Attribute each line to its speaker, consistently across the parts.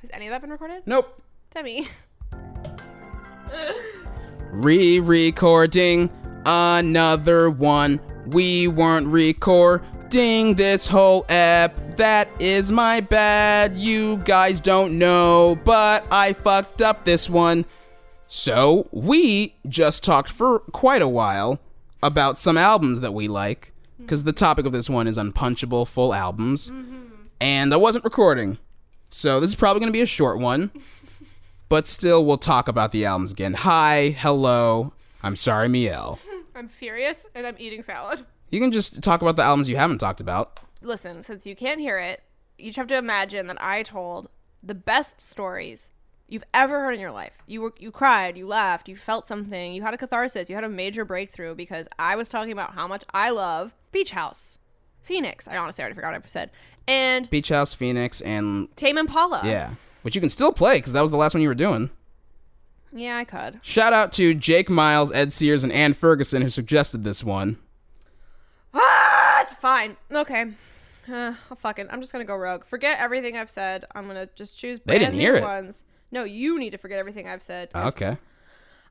Speaker 1: Has any of that been recorded?
Speaker 2: Nope.
Speaker 1: Demi.
Speaker 2: Re-recording another one. We weren't recording this whole ep. That is my bad. You guys don't know, but I fucked up this one. So we just talked for quite a while about some albums that we like, because the topic of this one is unpunchable full albums, and I wasn't recording. So this is probably going to be a short one but still we'll talk about the albums again. Hi, hello. I'm sorry, Miel.
Speaker 1: I'm furious and I'm eating salad.
Speaker 2: You can just talk about the albums you haven't talked about.
Speaker 1: Listen, since you can't hear it, you just have to imagine that I told the best stories you've ever heard in your life. You were you cried, you laughed, you felt something, you had a catharsis, you had a major breakthrough because I was talking about how much I love Beach House, Phoenix. I honestly already forgot what I said. And
Speaker 2: Beach House, Phoenix, and
Speaker 1: Tame Impala.
Speaker 2: yeah, which you can still play because that was the last one you were doing.
Speaker 1: Yeah, I could.
Speaker 2: Shout out to Jake Miles, Ed Sears, and Ann Ferguson who suggested this one.
Speaker 1: Ah, it's fine. Okay. Uh, I'll fucking. I'm just gonna go rogue. Forget everything I've said. I'm gonna just choose
Speaker 2: They
Speaker 1: brand
Speaker 2: didn't
Speaker 1: new
Speaker 2: hear it. Ah.
Speaker 1: ones. No, you need to forget everything I've said. 'cause
Speaker 2: Okay.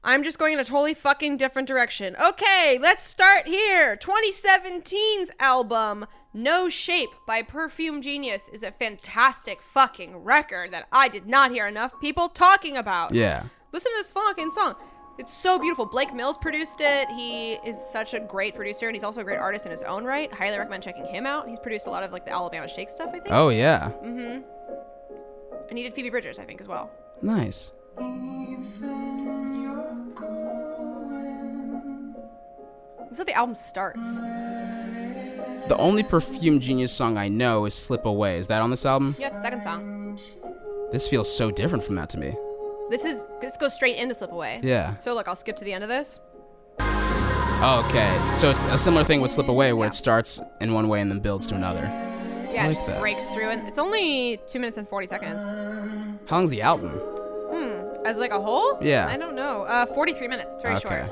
Speaker 1: I'm just going in a totally fucking different direction. Okay, let's start here. 2017's album No Shape by Perfume Genius is a fantastic fucking record that I did not hear enough people talking about.
Speaker 2: Yeah.
Speaker 1: Listen to this fucking song. It's so beautiful. Blake Mills produced it. He is such a great producer and he's also a great artist in his own right. Highly recommend checking him out. He's produced a lot of like the Alabama Shake stuff, I think.
Speaker 2: Oh yeah.
Speaker 1: And he did Phoebe Bridgers, I think, as well.
Speaker 2: Nice.
Speaker 1: This is how the album starts.
Speaker 2: The only Perfume Genius song I know is "Slip Away." Is that on this album?
Speaker 1: Yeah, it's the second song.
Speaker 2: This feels so different from that to me.
Speaker 1: This is this goes straight into Slip Away.
Speaker 2: Yeah.
Speaker 1: So look, I'll skip to the end of this.
Speaker 2: Okay, so it's a similar thing with "Slip Away," where it starts in one way and then builds to another.
Speaker 1: Yeah,
Speaker 2: I like
Speaker 1: it just
Speaker 2: that.
Speaker 1: breaks through and it's only two minutes and forty seconds.
Speaker 2: How long's the album?
Speaker 1: As like a whole?
Speaker 2: Yeah.
Speaker 1: I don't know. Uh forty three minutes. It's very short.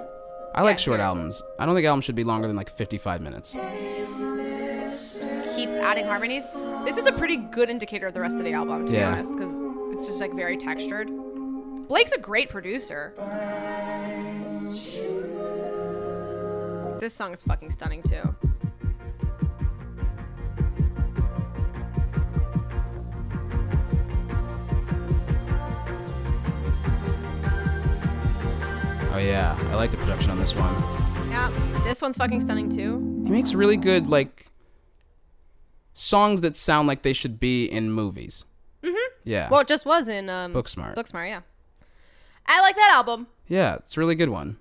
Speaker 2: I like
Speaker 1: Yeah,
Speaker 2: short
Speaker 1: sure.
Speaker 2: albums. I don't think albums should be longer than like 55 minutes.
Speaker 1: just keeps adding harmonies. This is a pretty good indicator of the rest of the album, to
Speaker 2: Yeah.
Speaker 1: be honest, because it's just like very textured. Blake's a great producer. This song is fucking stunning too.
Speaker 2: Oh yeah, I like the production on this one.
Speaker 1: Yeah, this one's fucking stunning too.
Speaker 2: He makes really good like songs that sound like they should be in movies. Mm-hmm. Yeah.
Speaker 1: Well, it just was in um,
Speaker 2: Booksmart.
Speaker 1: Booksmart, yeah. I like that album.
Speaker 2: yeah, it's a really good one.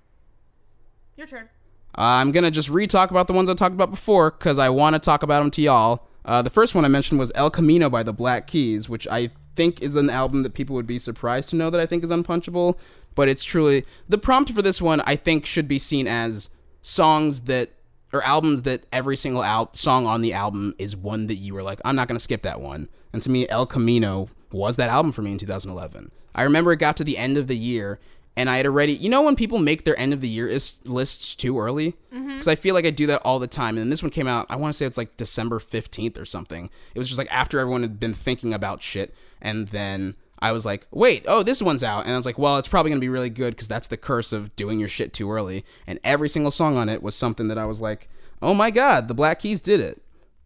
Speaker 1: Your turn.
Speaker 2: I'm gonna just re-talk about the ones I talked about before because I want to talk about them to y'all. Uh, the first one I mentioned was El Camino by the Black Keys, which I think is an album that people would be surprised to know that I think is unpunchable. But it's truly the prompt for this one. I think should be seen as songs that or albums that every single al- song on the album is one that you were like, I'm not gonna skip that one. And to me, El Camino was that album for me in 2011. I remember it got to the end of the year and I had already, you know, when people make their end of the year is, lists too early, because I feel like I do that all the time. And this one came out, I want to say it's like December fifteenth or something. It was just like after everyone had been thinking about shit, and then I was like, wait, oh, this one's out, and I was like, well, it's probably gonna be really good because that's the curse of doing your shit too early. And every single song on it was something that I was like, oh my god, the Black Keys did it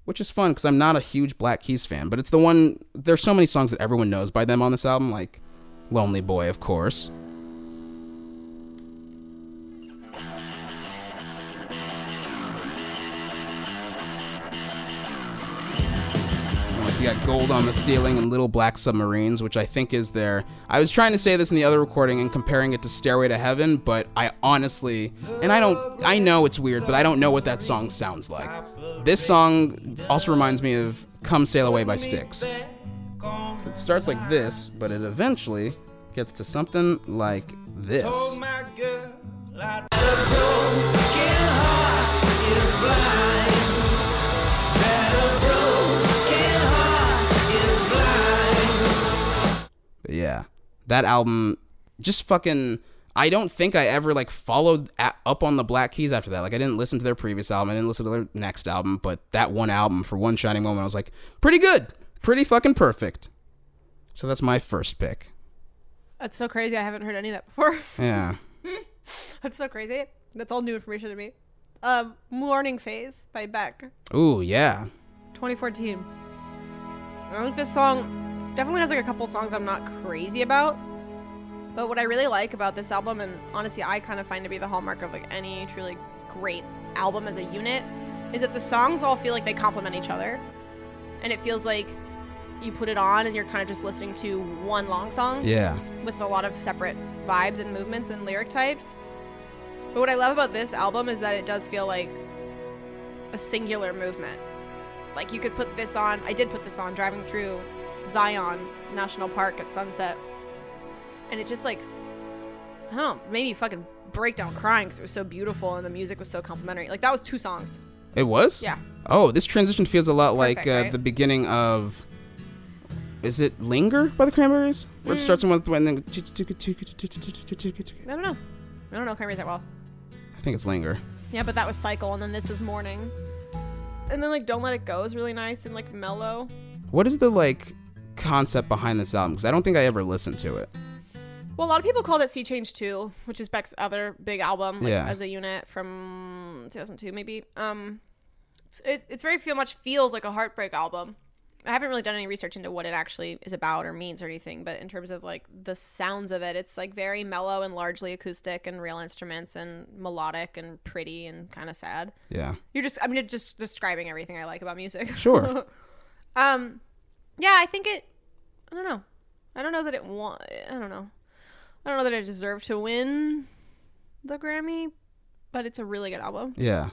Speaker 2: which is fun because I'm not a huge Black Keys fan, but it's the one. There's so many songs that everyone knows by them on this album, like "Lonely Boy," of course. And, Like you got gold on the ceiling and little black submarines, which I think is their. I was trying to say this in the other recording and comparing it to Stairway to Heaven, but I honestly, and I don't, I know it's weird, but I don't know what that song sounds like. This song also reminds me of "Come Sail Away" by Styx. It starts like this, but it eventually gets to something like this. But yeah, that album just fucking. I don't think I ever like followed a- up on the Black Keys after that. Like I didn't listen to their previous album. I didn't listen to their next album, but that one album for one shining moment, I was like, pretty good, pretty fucking perfect. So that's my first pick.
Speaker 1: That's so crazy. I haven't heard any of that before.
Speaker 2: Yeah.
Speaker 1: That's so crazy. That's all new information to me. Um, Morning Phase by Beck,
Speaker 2: Ooh, yeah.
Speaker 1: 2014. I think this song definitely has like a couple songs I'm not crazy about. But what I really like about this album, and honestly, I kind of find to be the hallmark of like any truly great album as a unit, is that the songs all feel like they complement each other, and it feels like you put it on and you're kind of just listening to one long song
Speaker 2: Yeah.
Speaker 1: with a lot of separate vibes and movements and lyric types. But what I love about this album is that it does feel like a singular movement. Like you could put this on, I did put this on driving through Zion National Park at sunset. And it just like, I don't know, made me fucking break down crying because it was so beautiful and the music was so complimentary. Like that was two songs.
Speaker 2: It was?
Speaker 1: Yeah.
Speaker 2: Oh, this transition feels a lot like
Speaker 1: Perfect,
Speaker 2: uh,
Speaker 1: right?
Speaker 2: the beginning of. Is it Linger by the Cranberries? Where it
Speaker 1: Mm.
Speaker 2: starts in one and then.
Speaker 1: I don't know. I don't know Cranberries that well.
Speaker 2: I think it's Linger.
Speaker 1: Yeah, but that was Cycle and then this is Morning. And then like Don't Let It Go is really nice and like mellow.
Speaker 2: What is the, like, concept behind this album? Because I don't think I ever listened to it.
Speaker 1: Well, a lot of people called it Sea Change 2, which is Beck's other big album like,
Speaker 2: Yeah.
Speaker 1: as a unit from 2002, maybe. Um, it's, it, it's very feel much feels like a heartbreak album. I haven't really done any research into what it actually is about or means or anything, but in terms of like the sounds of it, it's like very mellow and largely acoustic and real instruments and melodic and pretty and kind of sad.
Speaker 2: Yeah.
Speaker 1: You're just, I mean, just describing everything I like about music.
Speaker 2: Sure.
Speaker 1: Um, yeah, I think it. I don't know. I don't know that it won. I don't know. I don't know that it deserved to win the Grammy, but it's a really good album.
Speaker 2: Yeah.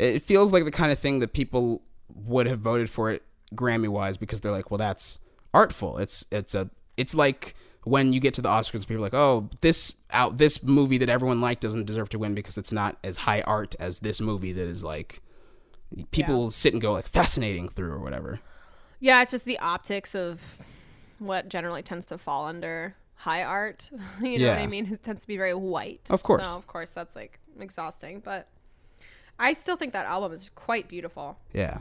Speaker 2: It feels like the kind of thing that people would have voted for it Grammy wise because they're like, well, that's artful. It's it's a it's like when you get to the Oscars, people are like, oh, this out this movie that everyone liked doesn't deserve to win because it's not as high art as this movie that is like people
Speaker 1: Yeah.
Speaker 2: will sit and go like fascinating through or whatever.
Speaker 1: Yeah, it's just the optics of what generally tends to fall under high art. you know what
Speaker 2: Yeah.
Speaker 1: I mean? It tends to be very white.
Speaker 2: Of course.
Speaker 1: So of course, that's like exhausting. But I still think that album is quite beautiful.
Speaker 2: Yeah.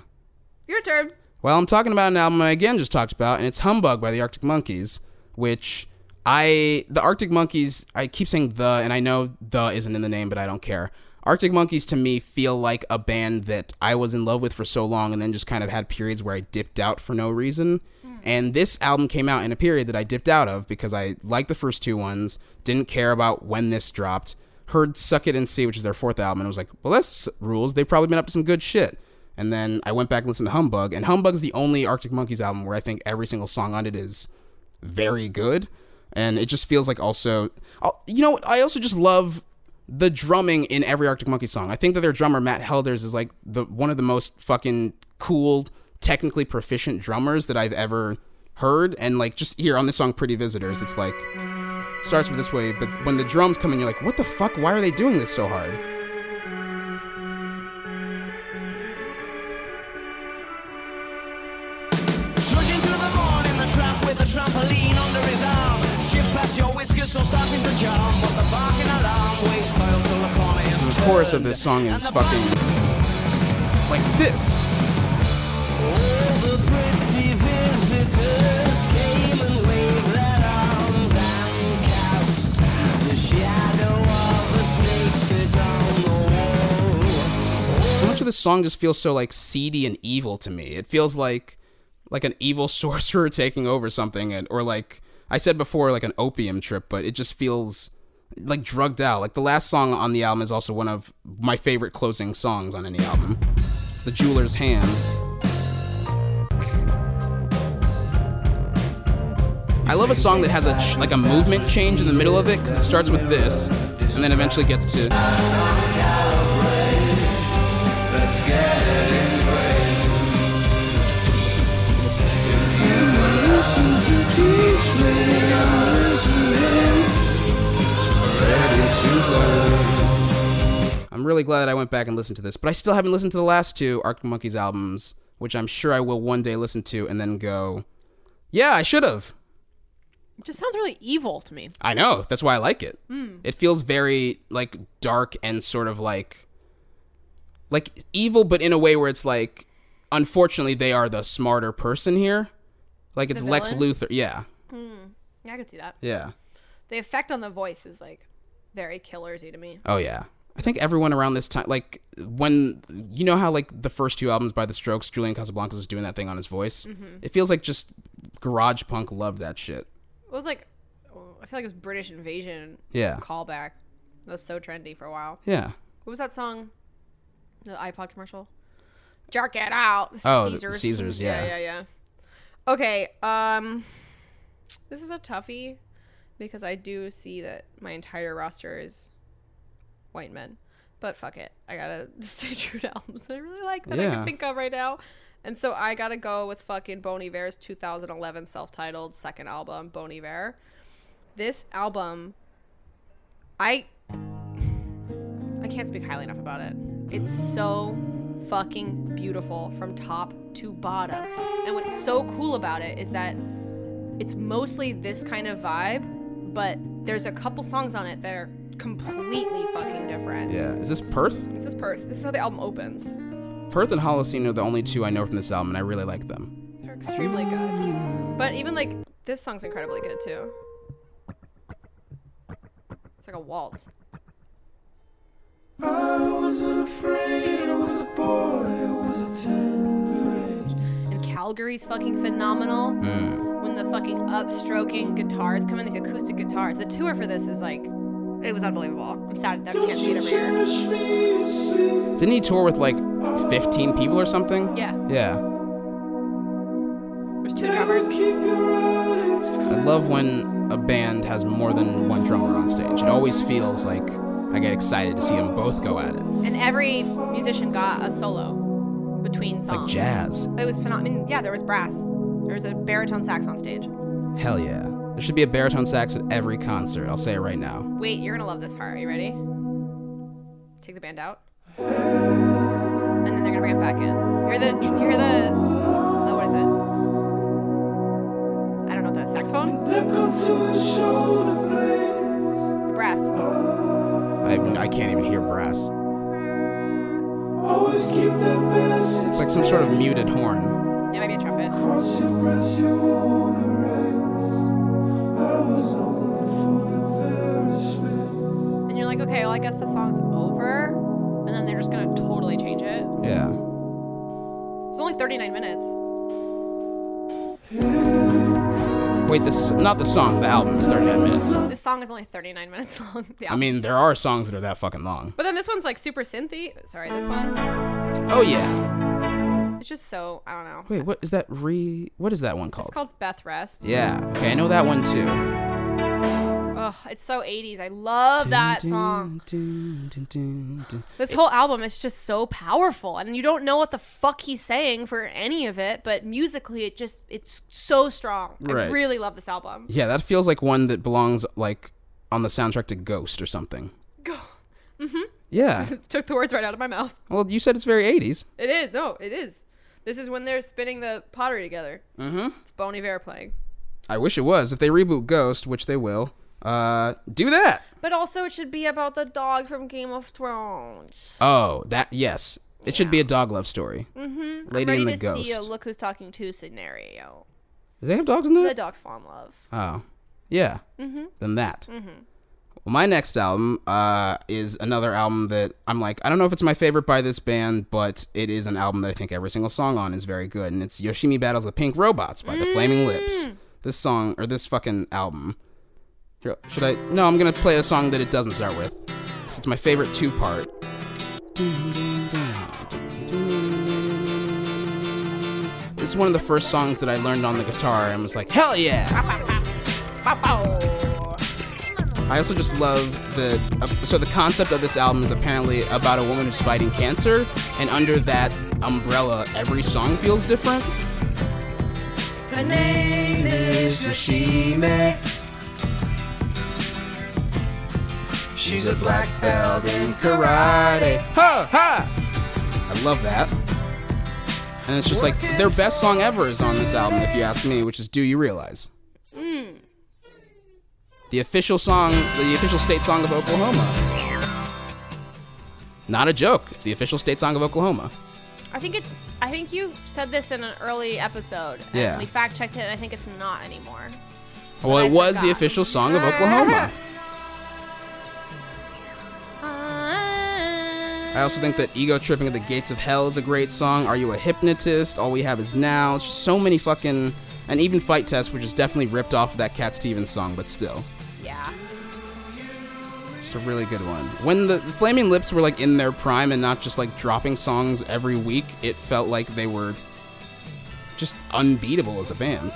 Speaker 1: Your turn.
Speaker 2: Well, I'm talking about an album I again just talked about, and it's Humbug by the Arctic Monkeys, which I the Arctic Monkeys I keep saying the and I know the isn't in the name, but I don't care. Arctic Monkeys to me feel like a band that I was in love with for so long and then just kind of had periods where I dipped out for no reason. And this album came out in a period that I dipped out of because I liked the first two ones, didn't care about when this dropped, heard Suck It and See, which is their fourth album, and was like, well, that's rules. They've probably been up to some good shit. And then I went back and listened to Humbug, and Humbug's the only Arctic Monkeys album where I think every single song on it is very good. And it just feels like also, oh, you know, what? I also just love the drumming in every Arctic Monkey song. I think that their drummer Matt Helders is like the one of the most fucking cool, technically proficient drummers that I've ever heard. And like just here on this song, Pretty Visitors, it's like it starts with this way, but when the drums come in, you're like, what the fuck? Why are they doing this so hard?
Speaker 3: Trudge into the morning, the tramp with the trampoline under his arm. Shift past your whiskers, so stop is the charm. But the barking alarm waits coiled till the corner is
Speaker 2: The chorus of
Speaker 3: turned.
Speaker 2: this song
Speaker 3: And
Speaker 2: is
Speaker 3: the
Speaker 2: fucking like this.
Speaker 3: All the pretty visitors came and waved their arms and cast the shadow of a snake that's on the wall.
Speaker 2: So much of this song just feels so like seedy and evil to me. It feels like like an evil sorcerer taking over something, and or like I said before, like an opium trip. But it just feels like drugged out. Like the last song on the album is also one of my favorite closing songs on any album. It's the Jeweler's Hands. I love a song that has a ch- like a movement change in the middle of it because it starts with this and then eventually gets to. I'm really glad I went back and listened to this, but I still haven't listened to the last two Arctic Monkeys albums, which I'm sure I will one day listen to and then go, yeah, I should have.
Speaker 1: It just sounds really evil to me.
Speaker 2: I know. That's why I like it. It feels very like dark and sort of like like evil, but in a way where it's like, unfortunately, they are the smarter person here. Like it's Lex
Speaker 1: villain?
Speaker 2: Luthor. Yeah.
Speaker 1: Yeah, I could see that.
Speaker 2: Yeah.
Speaker 1: The effect on the voice is like very killersy to me.
Speaker 2: Oh yeah. I think everyone around this time, like when you know how like the first two albums by The Strokes, Julian Casablancas was doing that thing on his voice.
Speaker 1: Mm-hmm.
Speaker 2: It feels like just garage punk loved that shit.
Speaker 1: It was like oh, I feel like it was British Invasion
Speaker 2: Yeah.
Speaker 1: callback. It was so trendy for a while.
Speaker 2: Yeah.
Speaker 1: What was that song? The iPod commercial. Jerk it out.
Speaker 2: Oh, the Caesars, yeah.
Speaker 1: yeah, yeah, yeah. Okay. Um, this is a toughie because I do see that my entire roster is white men, but fuck it. I gotta stay true to albums that I really like that I
Speaker 2: Yeah.
Speaker 1: can think of right now. And so I gotta go with fucking Bon Iver's 2011 self-titled second album, Bon Iver. This album, I I can't speak highly enough about it. It's so fucking beautiful from top to bottom. And what's so cool about it is that it's mostly this kind of vibe, but there's a couple songs on it that are completely fucking different.
Speaker 2: Yeah. Is this Perth?
Speaker 1: This is Perth. This is how the album opens.
Speaker 2: Perth and Holocene are the only two I know from this album, and I really like them.
Speaker 1: They're extremely good. But even like this song's incredibly good too. It's like a waltz.
Speaker 3: I was afraid I was a boy, I was a tender age.
Speaker 1: And Calgary's fucking phenomenal.
Speaker 2: Mm.
Speaker 1: When the fucking upstroking guitars come in, these acoustic guitars. The tour for this is like, it was unbelievable. I'm sad that I can't see it every year.
Speaker 3: Cherish me to see.
Speaker 2: Didn't he tour with like 15 people or something?
Speaker 1: Yeah,
Speaker 2: Yeah.
Speaker 1: there's two drummers.
Speaker 3: Keep your eyes
Speaker 2: I love when a band has more than one drummer on stage. It always feels like I get excited to see them both go at it.
Speaker 1: And every musician got a solo between
Speaker 2: It's like
Speaker 1: songs.
Speaker 2: jazz.
Speaker 1: It was phenomenal. I mean, yeah, there was brass. There was a baritone sax on stage.
Speaker 2: Hell yeah. There should be a baritone sax at every concert. I'll say it right now.
Speaker 1: Wait, you're gonna love this part. Are you ready? Take the band out. And then they're gonna bring it back in. Hear the you hear the oh, what is it? I don't know what that saxophone?
Speaker 3: Nickel to the shoulder blades.
Speaker 1: The brass.
Speaker 2: I, I can't even hear brass.
Speaker 3: Always keep that message.
Speaker 2: It's like some sort of muted horn.
Speaker 1: Yeah, maybe a trumpet.
Speaker 3: Cross your breast, you won the race. I was only for your very space.
Speaker 1: And you're like, okay, well I guess the song's over. And then they're just gonna totally change it.
Speaker 2: Yeah.
Speaker 1: It's only 39 minutes.
Speaker 2: Wait, this not the song, the album is 39 minutes.
Speaker 1: This song is only 39 minutes long. Yeah.
Speaker 2: I mean, there are songs that are that fucking long.
Speaker 1: but then this one's like super synthy. Sorry, this one.
Speaker 2: Oh yeah.
Speaker 1: It's just so I don't know.
Speaker 2: Wait, what is that re what is that one called?
Speaker 1: It's called Beth Rest.
Speaker 2: yeah. Okay, I know that one too.
Speaker 1: Ugh, it's so 80s. I love that song.
Speaker 2: Dun, dun, dun, dun.
Speaker 1: This whole album is just so powerful, and you don't know what the fuck he's saying for any of it, but musically, it just it's so strong. I
Speaker 2: Right.
Speaker 1: really love this album.
Speaker 2: Yeah, that feels like one that belongs like on the soundtrack to Ghost or something.
Speaker 1: Go. mm-hmm.
Speaker 2: Yeah.
Speaker 1: Took the words right out of my mouth.
Speaker 2: well, you said it's very 80s.
Speaker 1: It is no, it is. This is when they're spinning the pottery together. Mm-hmm. It's Bon Iver playing,
Speaker 2: I wish it was. If they reboot Ghost, which they will, uh, do that.
Speaker 1: but also it should be about the dog from Game of Thrones.
Speaker 2: Oh, that yes. It should be a dog love story. Mm-hmm. Lady
Speaker 1: Ready
Speaker 2: and the
Speaker 1: to
Speaker 2: Ghost.
Speaker 1: see a look who's talking to scenario.
Speaker 2: Do they have dogs in
Speaker 1: The
Speaker 2: that?
Speaker 1: dogs fall in love.
Speaker 2: oh, yeah. Mm-hmm. Then that. Mm-hmm. Well, my next album uh, is another album that I'm like, I don't know if it's my favorite by this band, but it is an album that I think every single song on is very good, and it's Yoshimi Battles the Pink Robots by the Flaming Lips. This song or this fucking album. Here, Should I? No, I'm gonna play a song that it doesn't start with. 'cause It's my favorite two part. This is one of the first songs that I learned on the guitar and was like, hell yeah! I also just love the. Uh, so, the concept of this album is apparently about a woman who's fighting cancer, and under that umbrella, every song feels different.
Speaker 1: Her name
Speaker 3: Is Yoshime. She's a black belt in karate.
Speaker 2: Ha ha! I love that. And it's just like their best song ever is on this album, if you ask me, which is "Do You Realize." The official song, the official state song of Oklahoma. Not a joke. It's the official state song of Oklahoma.
Speaker 1: I think it's. I think you said this in an early episode. and
Speaker 2: Yeah.
Speaker 1: We fact checked it, and I think it's not anymore.
Speaker 2: Well,
Speaker 1: I
Speaker 2: it was the
Speaker 1: forgot.
Speaker 2: official song of Oklahoma.
Speaker 1: Uh,
Speaker 2: I also think that Ego Tripping at the Gates of Hell is a great song. Are You a Hypnotist? All We Have Is Now. It's just so many fucking. And even Fight Test, which is definitely ripped off of that Cat Stevens song, but still.
Speaker 1: Yeah.
Speaker 2: Just a really good one. When the, the Flaming Lips were like in their prime and not just like dropping songs every week, it felt like they were just unbeatable as a band.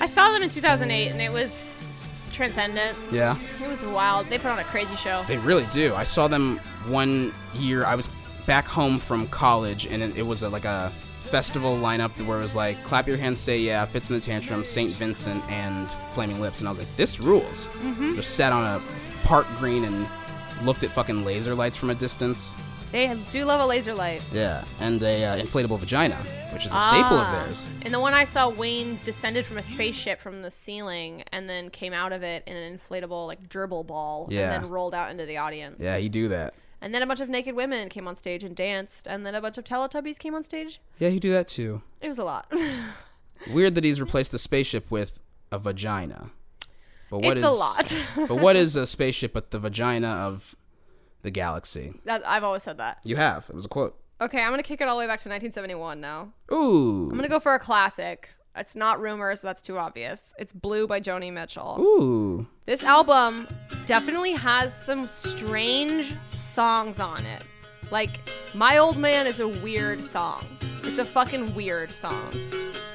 Speaker 1: I saw them in 2008, and it was transcendent.
Speaker 2: Yeah.
Speaker 1: It was wild. They put on a crazy show.
Speaker 2: They really do. I saw them one year. I was back home from college, and it, it was a, like a festival lineup where it was like clap your hands, say yeah, fits in the tantrum, Saint Vincent, and Flaming Lips, and I was like, this rules.
Speaker 1: Mm-hmm.
Speaker 2: Just sat on a park green and looked at fucking laser lights from a distance.
Speaker 1: They do love a laser light.
Speaker 2: Yeah, and a uh, inflatable vagina, which is a staple
Speaker 1: Ah.
Speaker 2: of theirs.
Speaker 1: And the one I saw, Wayne descended from a spaceship from the ceiling and then came out of it in an inflatable like gerbil ball
Speaker 2: Yeah.
Speaker 1: and then rolled out into the audience.
Speaker 2: Yeah, he do that.
Speaker 1: and then a bunch of naked women came on stage and danced, and then a bunch of Teletubbies came on stage.
Speaker 2: Yeah, he do that too.
Speaker 1: It was a lot.
Speaker 2: Weird that he's replaced the spaceship with a vagina. But what
Speaker 1: it's
Speaker 2: is
Speaker 1: a lot.
Speaker 2: but what is a spaceship but the vagina of the galaxy?
Speaker 1: that, I've always said that.
Speaker 2: You have. It was a quote.
Speaker 1: Okay, I'm gonna kick it all the way back to 1971 now.
Speaker 2: Ooh.
Speaker 1: I'm gonna go for a classic. It's not rumors, that's too obvious. It's Blue by Joni Mitchell.
Speaker 2: Ooh.
Speaker 1: This album definitely has some strange songs on it. Like, My Old Man is a weird song. It's a fucking weird song.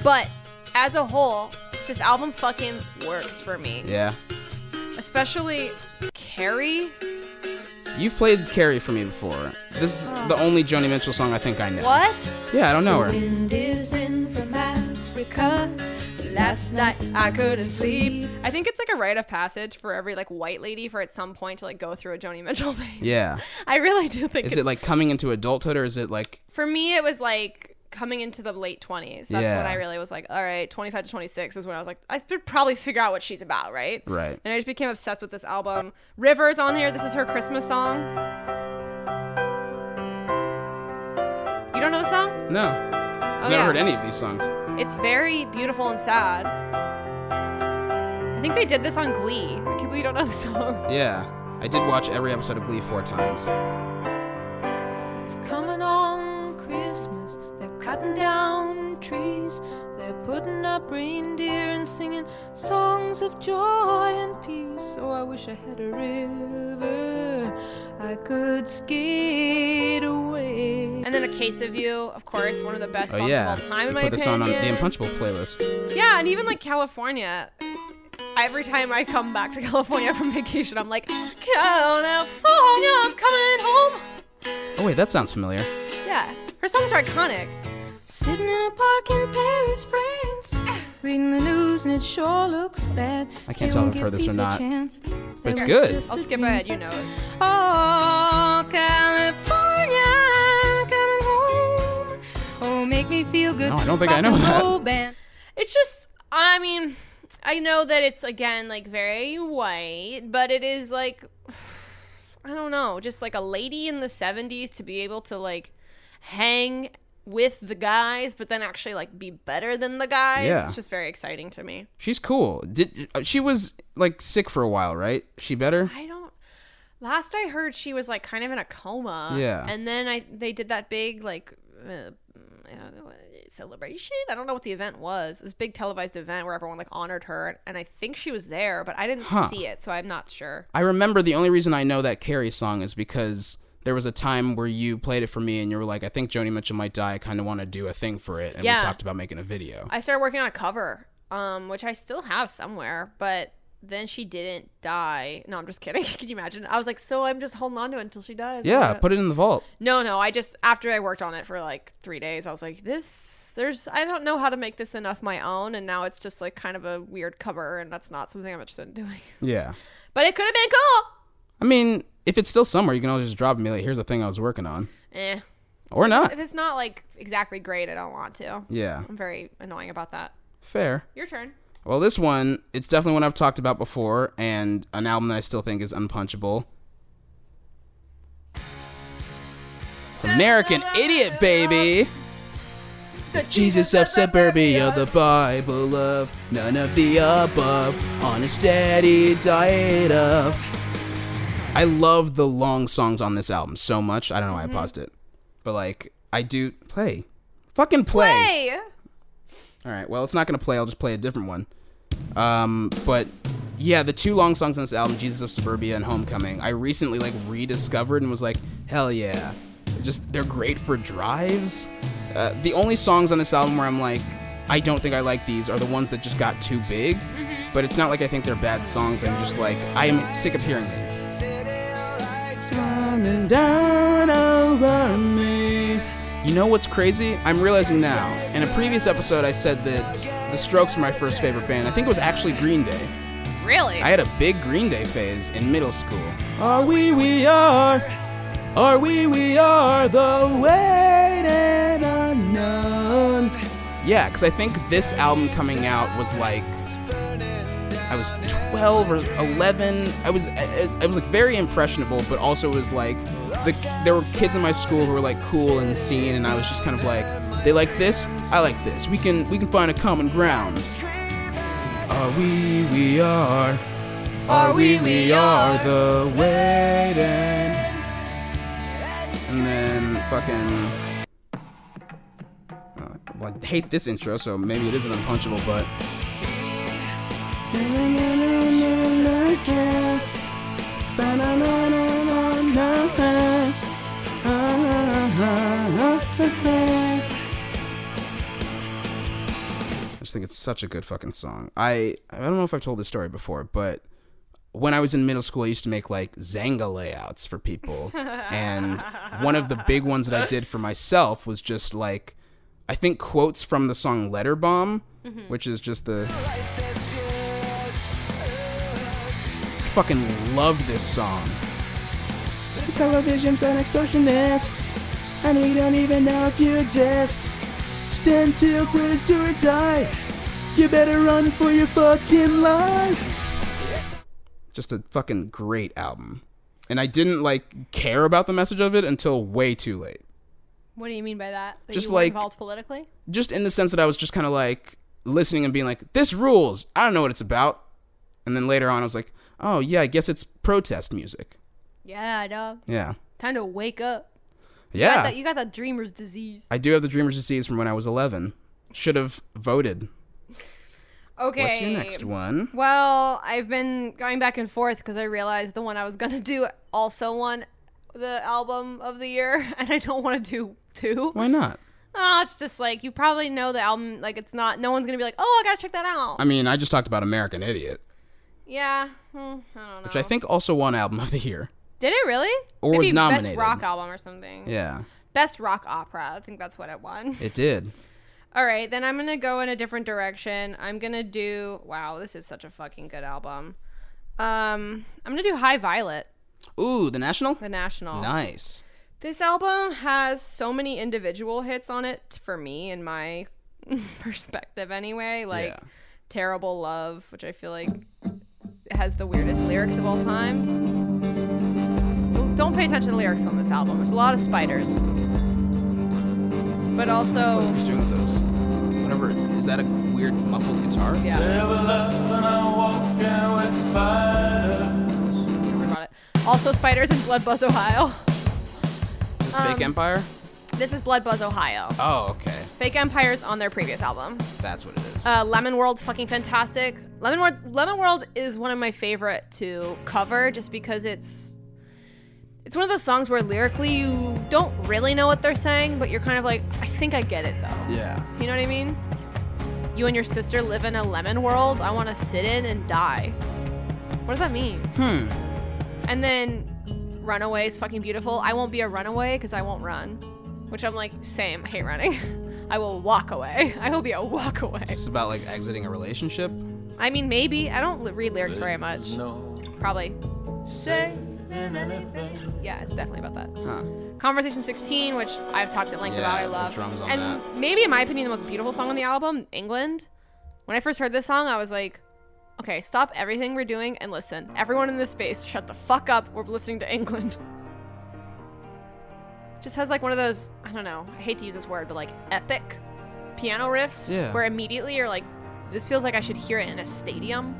Speaker 1: But as a whole, this album fucking works for me.
Speaker 2: Yeah.
Speaker 1: Especially Carrie.
Speaker 2: You've played Carrie for me before. This is the only Joni Mitchell song I think I know.
Speaker 1: Oh. What?
Speaker 2: Yeah, I don't know her.
Speaker 1: Wind is in from Africa. Last night I couldn't sleep. I think it's like a rite of passage for every like white lady for at some point to like go through a Joni Mitchell phase.
Speaker 2: Yeah.
Speaker 1: I really do think
Speaker 2: Is
Speaker 1: it's
Speaker 2: it like coming into adulthood or is it like
Speaker 1: for me it was like coming into the late 20s that's
Speaker 2: Yeah.
Speaker 1: when i really was like all right 25 to 26 is when i was like i could probably figure out what she's about right
Speaker 2: Right.
Speaker 1: and i just became obsessed with this album rivers on here this is her christmas song you don't know the song
Speaker 2: No.
Speaker 1: oh
Speaker 2: I've never heard any of these songs.
Speaker 1: it's very beautiful and sad i think they did this on glee i can't believe you don't know the song
Speaker 2: Yeah. I did watch every episode of Glee four times. Oh,
Speaker 4: It's coming on Christmas. They're cutting down trees. They're putting up reindeer and singing songs of joy and peace. Oh, I wish I had a river I could skate away.
Speaker 1: and then a case of you of course one of the best songs
Speaker 2: Oh yeah.
Speaker 1: of all time
Speaker 2: You
Speaker 1: in my
Speaker 2: put this
Speaker 1: opinion
Speaker 2: on, uh, on the Unpunchable playlist.
Speaker 1: Yeah, and even like California. Every time I come back to California from vacation, I'm like, California, I'm coming home.
Speaker 2: Oh wait, that sounds familiar.
Speaker 1: Yeah, her songs are iconic.
Speaker 4: Sitting in a park in Paris, France. Reading the news and it sure looks bad.
Speaker 2: I can't tell if I've heard this or not,
Speaker 4: But
Speaker 2: it's good.
Speaker 1: I'll skip ahead, you know it.
Speaker 4: Oh, California, coming home. Oh, make me feel good.
Speaker 2: No, I don't think I know
Speaker 4: Rock and
Speaker 2: that.
Speaker 4: roll band.
Speaker 1: It's just, I mean, I know that it's again like very white, but it is like, I don't know, just like a lady in the 70s to be able to like hang with the guys, but then actually like be better than the guys.
Speaker 2: Yeah.
Speaker 1: It's just very exciting to me.
Speaker 2: She's cool. Did uh, she was like sick for a while, right? She better?
Speaker 1: I don't. Last I heard, she was like kind of in a coma.
Speaker 2: Yeah.
Speaker 1: And then I they did that big like uh, I don't know, celebration. I don't know what the event was. This big televised event where everyone like honored her, and I think she was there, but I didn't
Speaker 2: Huh.
Speaker 1: see it, so I'm not sure.
Speaker 2: I remember the only reason I know that Carrie song is because there was a time where you played it for me and you were like, I think Joni Mitchell might die. I kind of want to do a thing for it. And
Speaker 1: Yeah.
Speaker 2: we talked about making a video.
Speaker 1: I started working on a cover, um, which I still have somewhere, but then she didn't die. No, I'm just kidding. Can you imagine? I was like, so I'm just holding on to it until she dies.
Speaker 2: yeah,
Speaker 1: Uh,
Speaker 2: put it in the vault.
Speaker 1: No, no. I just after I worked on it for like three days, I was like, this. There's. I don't know how to make this enough my own, and now it's just like kind of a weird cover, and that's not something I'm interested in doing.
Speaker 2: Yeah.
Speaker 1: But it could have been cool.
Speaker 2: I mean, if it's still somewhere, you can always just drop it and be like, here's the thing I was working on.
Speaker 1: Eh.
Speaker 2: Or not.
Speaker 1: If it's not like exactly great, I don't want to.
Speaker 2: Yeah.
Speaker 1: I'm very annoying about that.
Speaker 2: Fair.
Speaker 1: Your turn.
Speaker 2: Well, this one, it's definitely one I've talked about before and an album that I still think is unpunchable. It's American Idiot, baby.
Speaker 4: the
Speaker 2: Jesus of suburbia, the Bible of none of the above, on a steady diet of. I love the long songs on this album so much. I don't know why I paused it, but like I do play, fucking play.
Speaker 1: Hey,
Speaker 2: All right, well it's not gonna play. I'll just play a different one. Um, but yeah, the two long songs on this album, Jesus of Suburbia and Homecoming, I recently like rediscovered and was like, hell yeah, just they're great for drives. Uh, the only songs on this album where I'm like, I don't think I like these are the ones that just got too big. But it's not like I think they're bad songs. I'm just like, I'm sick of hearing these. Coming down over me. You know what's crazy? I'm realizing now. In a previous episode, I said that the Strokes were my first favorite band. I think it was actually Green Day.
Speaker 1: really?
Speaker 2: I had a big Green Day phase in middle school. Are we, we are. Are we, we are the waited unknown. Yeah, because I think this album coming out was like. I was 12 or 11. I was I, I was like very impressionable, but also was like the, there were kids in my school who were like cool and seen, and I was just kind of like they like this, I like this. We can we can find a common ground. Are we, we are. Are we, we are the waiting. And then fucking. Uh, well, I hate this intro, so maybe it isn't unpunchable, but. I just think it's such a good fucking song. I I don't know if I've told this story before, but when I was in middle school, I used to make like Zanga layouts for people, and one of the big ones that I did for myself was just like I think quotes from the song Letter Bomb, which is just the. I fucking love this song. The television's an extortionist. And we don't even know if you exist. Stand till towards do or die. You better run for your fucking life. Just a fucking great album. And I didn't like care about the message of it until way too late.
Speaker 1: what do you mean by that? that
Speaker 2: Just
Speaker 1: you were
Speaker 2: like-
Speaker 1: involved politically.
Speaker 2: Just in the sense that I was just kind of like listening and being like, this rules. I don't know what it's about. And then later on, I was like, oh yeah, I guess it's protest music.
Speaker 1: Yeah, dog.
Speaker 2: Yeah.
Speaker 1: Time to wake up. You got
Speaker 2: Yeah.
Speaker 1: that- you got that dreamer's disease.
Speaker 2: I do have the dreamer's disease from when I was 11. Should have voted.
Speaker 1: Okay.
Speaker 2: What's your next one?
Speaker 1: Well, I've been going back and forth because I realized the one I was gonna do also won the album of the year, and I don't want to do two.
Speaker 2: Why not?
Speaker 1: Ah, it's just like you probably know the album. Like it's not. No one's gonna be like, "Oh, I gotta check that out."
Speaker 2: I mean, I just talked about American Idiot,
Speaker 1: yeah, hmm, I don't know.
Speaker 2: which I think also won Album of the Year.
Speaker 1: Did it really?
Speaker 2: Or was
Speaker 1: Maybe
Speaker 2: nominated.
Speaker 1: Best rock album or something.
Speaker 2: Yeah,
Speaker 1: Best rock opera. I think that's what it won.
Speaker 2: it did.
Speaker 1: All right, then I'm gonna go in a different direction. I'm gonna do. Wow, this is such a fucking good album. Um, I'm gonna do High Violet,
Speaker 2: Ooh, The National?
Speaker 1: The National.
Speaker 2: Nice.
Speaker 1: This album has so many individual hits on it for me, in my perspective, anyway. Like
Speaker 2: Yeah.
Speaker 1: Terrible Love, which I feel like has the weirdest lyrics of all time. Don't- Don't pay attention to lyrics on this album. There's a lot of spiders. But
Speaker 2: What
Speaker 1: also,
Speaker 2: was doing with those? Whatever. Is that a weird muffled guitar?
Speaker 1: yeah,
Speaker 5: There were love and I walking with spiders.
Speaker 1: don't worry about it. Also, spiders in Blood Buzz, Ohio.
Speaker 2: Is this
Speaker 1: Um,
Speaker 2: Fake Empire?
Speaker 1: This is Blood Buzz, Ohio.
Speaker 2: Oh, okay.
Speaker 1: Fake Empire's on their previous album.
Speaker 2: That's what it is.
Speaker 1: Uh, Lemon World's fucking fantastic. Lemon World, Lemon World is one of my favorite to cover, just because it's it's one of those songs where lyrically you don't really know what they're saying, but you're kind of like, I think I get it though.
Speaker 2: yeah.
Speaker 1: You know what I mean? You and your sister live in a lemon world. I want to sit in and die. What does that mean?
Speaker 2: Hmm.
Speaker 1: And then Runaway's fucking beautiful. I won't be a runaway because I won't run, which I'm like, same. I hate running. I will walk away. I will be a walk away.
Speaker 2: It's about like exiting a relationship.
Speaker 1: I mean, maybe. I don't li- read lyrics very much.
Speaker 5: No
Speaker 1: Probably.
Speaker 5: saying anything.
Speaker 1: Yeah, it's definitely about that.
Speaker 2: Huh.
Speaker 1: Conversation 16, which I've talked at length about, I
Speaker 2: Yeah, the
Speaker 1: love.
Speaker 2: drums on
Speaker 1: and
Speaker 2: that.
Speaker 1: maybe, in my opinion, the most beautiful song on the album, England. When I first heard this song, I was like, okay, stop everything we're doing and listen. Everyone in this space, shut the fuck up. We're listening to England. Just has like one of those, I don't know, I hate to use this word, but like epic piano riffs
Speaker 2: Yeah.
Speaker 1: where immediately you're like, this feels like I should hear it in a stadium.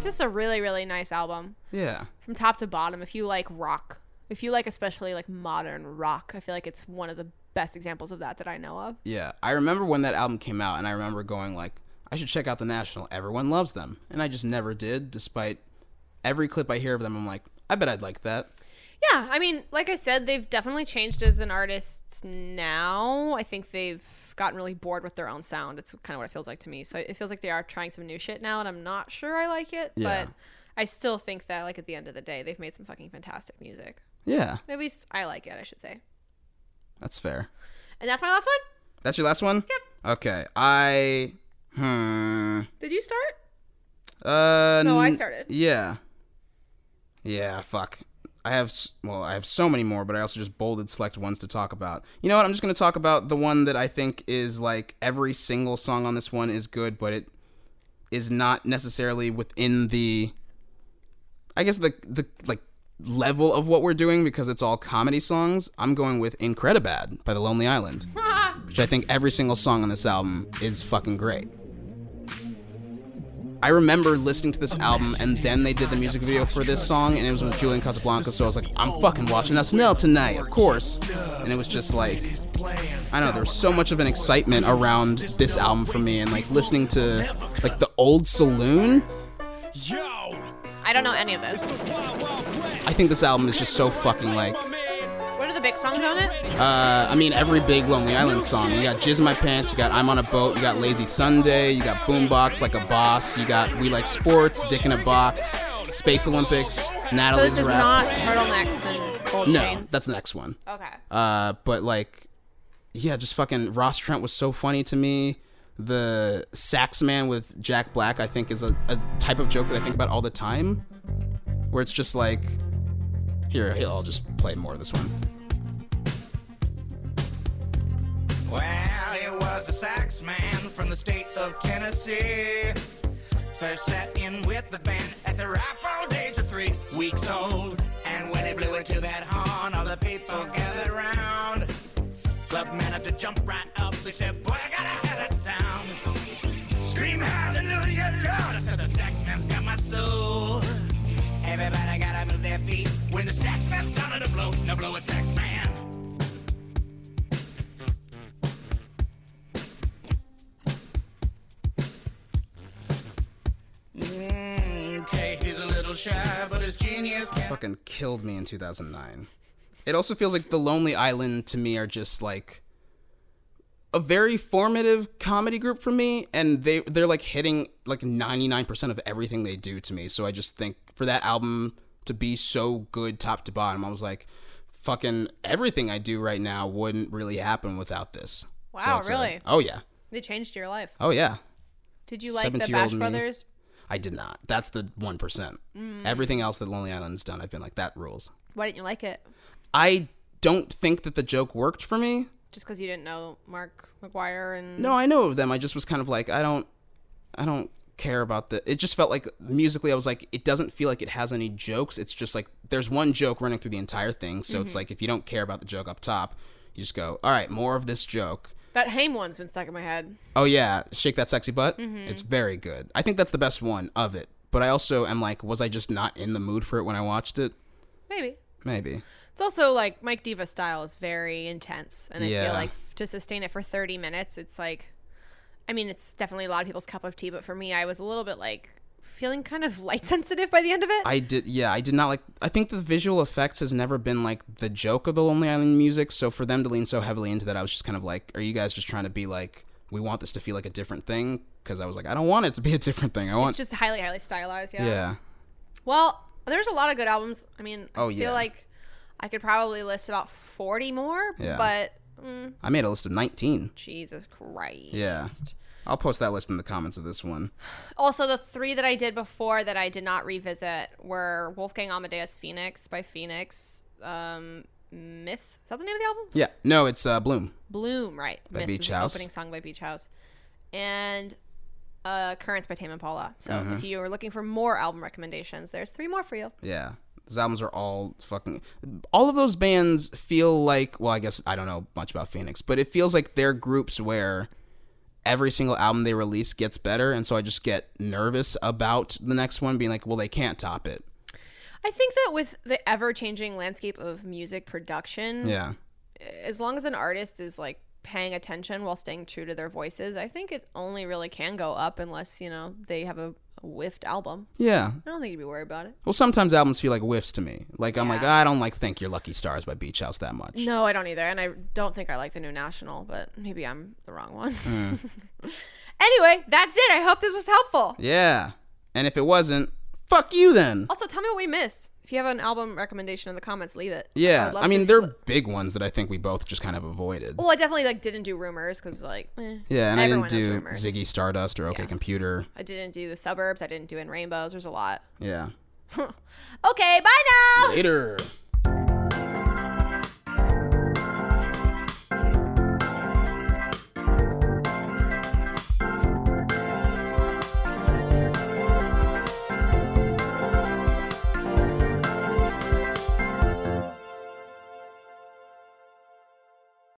Speaker 1: Just a really, really nice album
Speaker 2: Yeah.
Speaker 1: from top to bottom. If you like rock, if you like especially like modern rock, I feel like it's one of the best examples of that that I know of.
Speaker 2: Yeah, I remember when that album came out, and I remember going like, I should check out the National. Everyone loves them, and I just never did. Despite every clip I hear of them, I'm like, I bet I'd like that.
Speaker 1: Yeah, I mean, like I said, they've definitely changed as an artist now. I think they've gotten really bored with their own sound. It's kind of what it feels like to me. So it feels like they are trying some new shit now, and I'm not sure I like it.
Speaker 2: Yeah.
Speaker 1: But I still think that, like, at the end of the day, they've made some fucking fantastic music.
Speaker 2: Yeah,
Speaker 1: At least I like it, I should say.
Speaker 2: that's fair.
Speaker 1: And that's my last one.
Speaker 2: That's your last one. Yep. Okay, I hmm.
Speaker 1: Did you start?
Speaker 2: Uh,
Speaker 1: No, I
Speaker 2: n-
Speaker 1: started.
Speaker 2: Yeah. Yeah, fuck. I have s- well, I have so many more, but I also just bolded select ones to talk about. You know what? I'm just going to talk about the one that I think is like every single song on this one is good, but it is not necessarily within the I guess the the like level of what we're doing because it's all comedy songs. I'm going with Incredibad by The Lonely Island, which I think every single song on this album is fucking great. I remember listening to this album, and then they did the music video for this song, and it was with Julian Casablanca. So I was like, I'm fucking watching SNL tonight, of course. And it was just like, I don't know, there was so much of an excitement around this album for me, and like listening to like the old saloon.
Speaker 1: I don't know any of those.
Speaker 2: I think this album is just so fucking like.
Speaker 1: What are the big songs on it?
Speaker 2: Uh, I mean, every big Lonely Island song. You got Jizz in My Pants, you got I'm on a Boat, you got Lazy Sunday, you got Boombox Like a Boss, you got We Like Sports, Dick in a Box, Space Olympics,
Speaker 1: So
Speaker 2: Natalie's
Speaker 1: this is
Speaker 2: Rap.
Speaker 1: not turtlenecks and gold
Speaker 2: no,
Speaker 1: chains.
Speaker 2: that's the next one.
Speaker 1: okay.
Speaker 2: Uh, but like, yeah, just fucking Ross Trent was so funny to me. The sax man with Jack Black, I think, is a, a type of joke that I think about all the time, where it's just like, here, here, I'll just play more of this one.
Speaker 6: Well, he was a sax man from the state of Tennessee. First sat in with the band at the ripe old age of three weeks old. And when he blew into that horn, all the people gathered round. Club manager jumped right up. He said, Boy, I gotta have that sound. Scream hallelujah, Lord. I said, The sax man's got my soul. Everybody gotta move their feet when the sax man started to blow. Now blow it, sax man. Okay, he's a little shy, but his genius can
Speaker 2: fucking killed me in 2009. It also feels like The Lonely Island to me are just like a very formative comedy group for me and they they're like hitting like 99% of everything they do to me. So I just think for that album to be so good top to bottom, I was like fucking everything I do right now wouldn't really happen without this. So
Speaker 1: Wow,
Speaker 2: it's, uh,
Speaker 1: really?
Speaker 2: oh yeah.
Speaker 1: They changed your life.
Speaker 2: Oh yeah.
Speaker 1: Did you like the
Speaker 2: 70-year-old
Speaker 1: Bash
Speaker 2: me.
Speaker 1: Brothers?
Speaker 2: I did not. That's the 1%.
Speaker 1: Mm.
Speaker 2: Everything else that Lonely Island's done, I've been like that rules.
Speaker 1: Why didn't you like it?
Speaker 2: I don't think that the joke worked for me.
Speaker 1: Just because you didn't know Mark McGuire and
Speaker 2: No, I know of them. I just was kind of like, I don't, I don't care about the. It just felt like musically, I was like, it doesn't feel like it has any jokes. It's just like there's one joke running through the entire thing. So it's like if you don't care about the joke up top, you just go, all right, more of this joke.
Speaker 1: that Haim one's been stuck in my head.
Speaker 2: Oh yeah, shake that sexy butt. It's very good. I think that's the best one of it. But I also am like, was I just not in the mood for it when I watched it?
Speaker 1: Maybe
Speaker 2: Maybe.
Speaker 1: it's also like Mike Diva style is very intense, and I
Speaker 2: Yeah.
Speaker 1: feel like to sustain it for thirty minutes, it's like, I mean, it's definitely a lot of people's cup of tea, but for me, I was a little bit like feeling kind of light sensitive by the end of it.
Speaker 2: I did, yeah, I did not like. I think the visual effects has never been like the joke of the Lonely Island music. So for them to lean so heavily into that, I was just kind of like, are you guys just trying to be like, we want this to feel like a different thing? Because I was like, I don't want it to be a different thing. I want,
Speaker 1: it's just highly, highly stylized. Yeah.
Speaker 2: yeah,
Speaker 1: Well, there's a lot of good albums. I mean, I
Speaker 2: Oh,
Speaker 1: feel
Speaker 2: yeah.
Speaker 1: like I could probably list about forty more.
Speaker 2: Yeah.
Speaker 1: But
Speaker 2: I made a list of 19.
Speaker 1: Jesus Christ.
Speaker 2: Yeah, I'll post that list in the comments of this one.
Speaker 1: Also, the three that I did before that I did not revisit were Wolfgang Amadeus Phoenix by Phoenix, um, Myth. Is that the name of the album?
Speaker 2: Yeah, no, it's uh, Bloom.
Speaker 1: Bloom, right? By
Speaker 2: Beach
Speaker 1: the
Speaker 2: House.
Speaker 1: Opening song by Beach House, and
Speaker 2: Mm-hmm.
Speaker 1: uh, Currents by Tame Impala. So if you are looking for more album recommendations, there's three more for you.
Speaker 2: Yeah, Those albums are all fucking. All of those bands feel like. Well, I guess I don't know much about Phoenix, but it feels like they're groups where every single album they release gets better, and so I just get nervous about the next one being like, well, they can't top it.
Speaker 1: I think that with the ever changing landscape of music production,
Speaker 2: Yeah.
Speaker 1: as long as an artist is like paying attention while staying true to their voices, I think it only really can go up unless, you know, they have a, a whiffed album.
Speaker 2: Yeah.
Speaker 1: I don't think you'd be worried about it.
Speaker 2: Well, sometimes albums feel like whiffs to me. Like I'm like, "Ah, I don't like "Thank Your Lucky Stars" by Beach House that much.
Speaker 1: No, I don't either. And I don't think I like the new National, but maybe I'm the wrong one.
Speaker 2: Mm.
Speaker 1: anyway, that's it. I hope this was helpful.
Speaker 2: Yeah. And if it wasn't, fuck you then.
Speaker 1: Also, tell me what we missed. If you have an album recommendation in the comments, leave it.
Speaker 2: Yeah.
Speaker 1: I'd love
Speaker 2: I mean,
Speaker 1: to-
Speaker 2: they're big ones that I think we both just kind of avoided.
Speaker 1: Well, I definitely like didn't do rumors because like eh.
Speaker 2: yeah, and I
Speaker 1: everyone
Speaker 2: didn't
Speaker 1: knows
Speaker 2: do
Speaker 1: Rumors.
Speaker 2: Ziggy Stardust or OK Computer.
Speaker 1: I didn't do the suburbs. I didn't do in rainbows. There's a lot.
Speaker 2: Yeah.
Speaker 1: Okay, bye now.
Speaker 2: Later.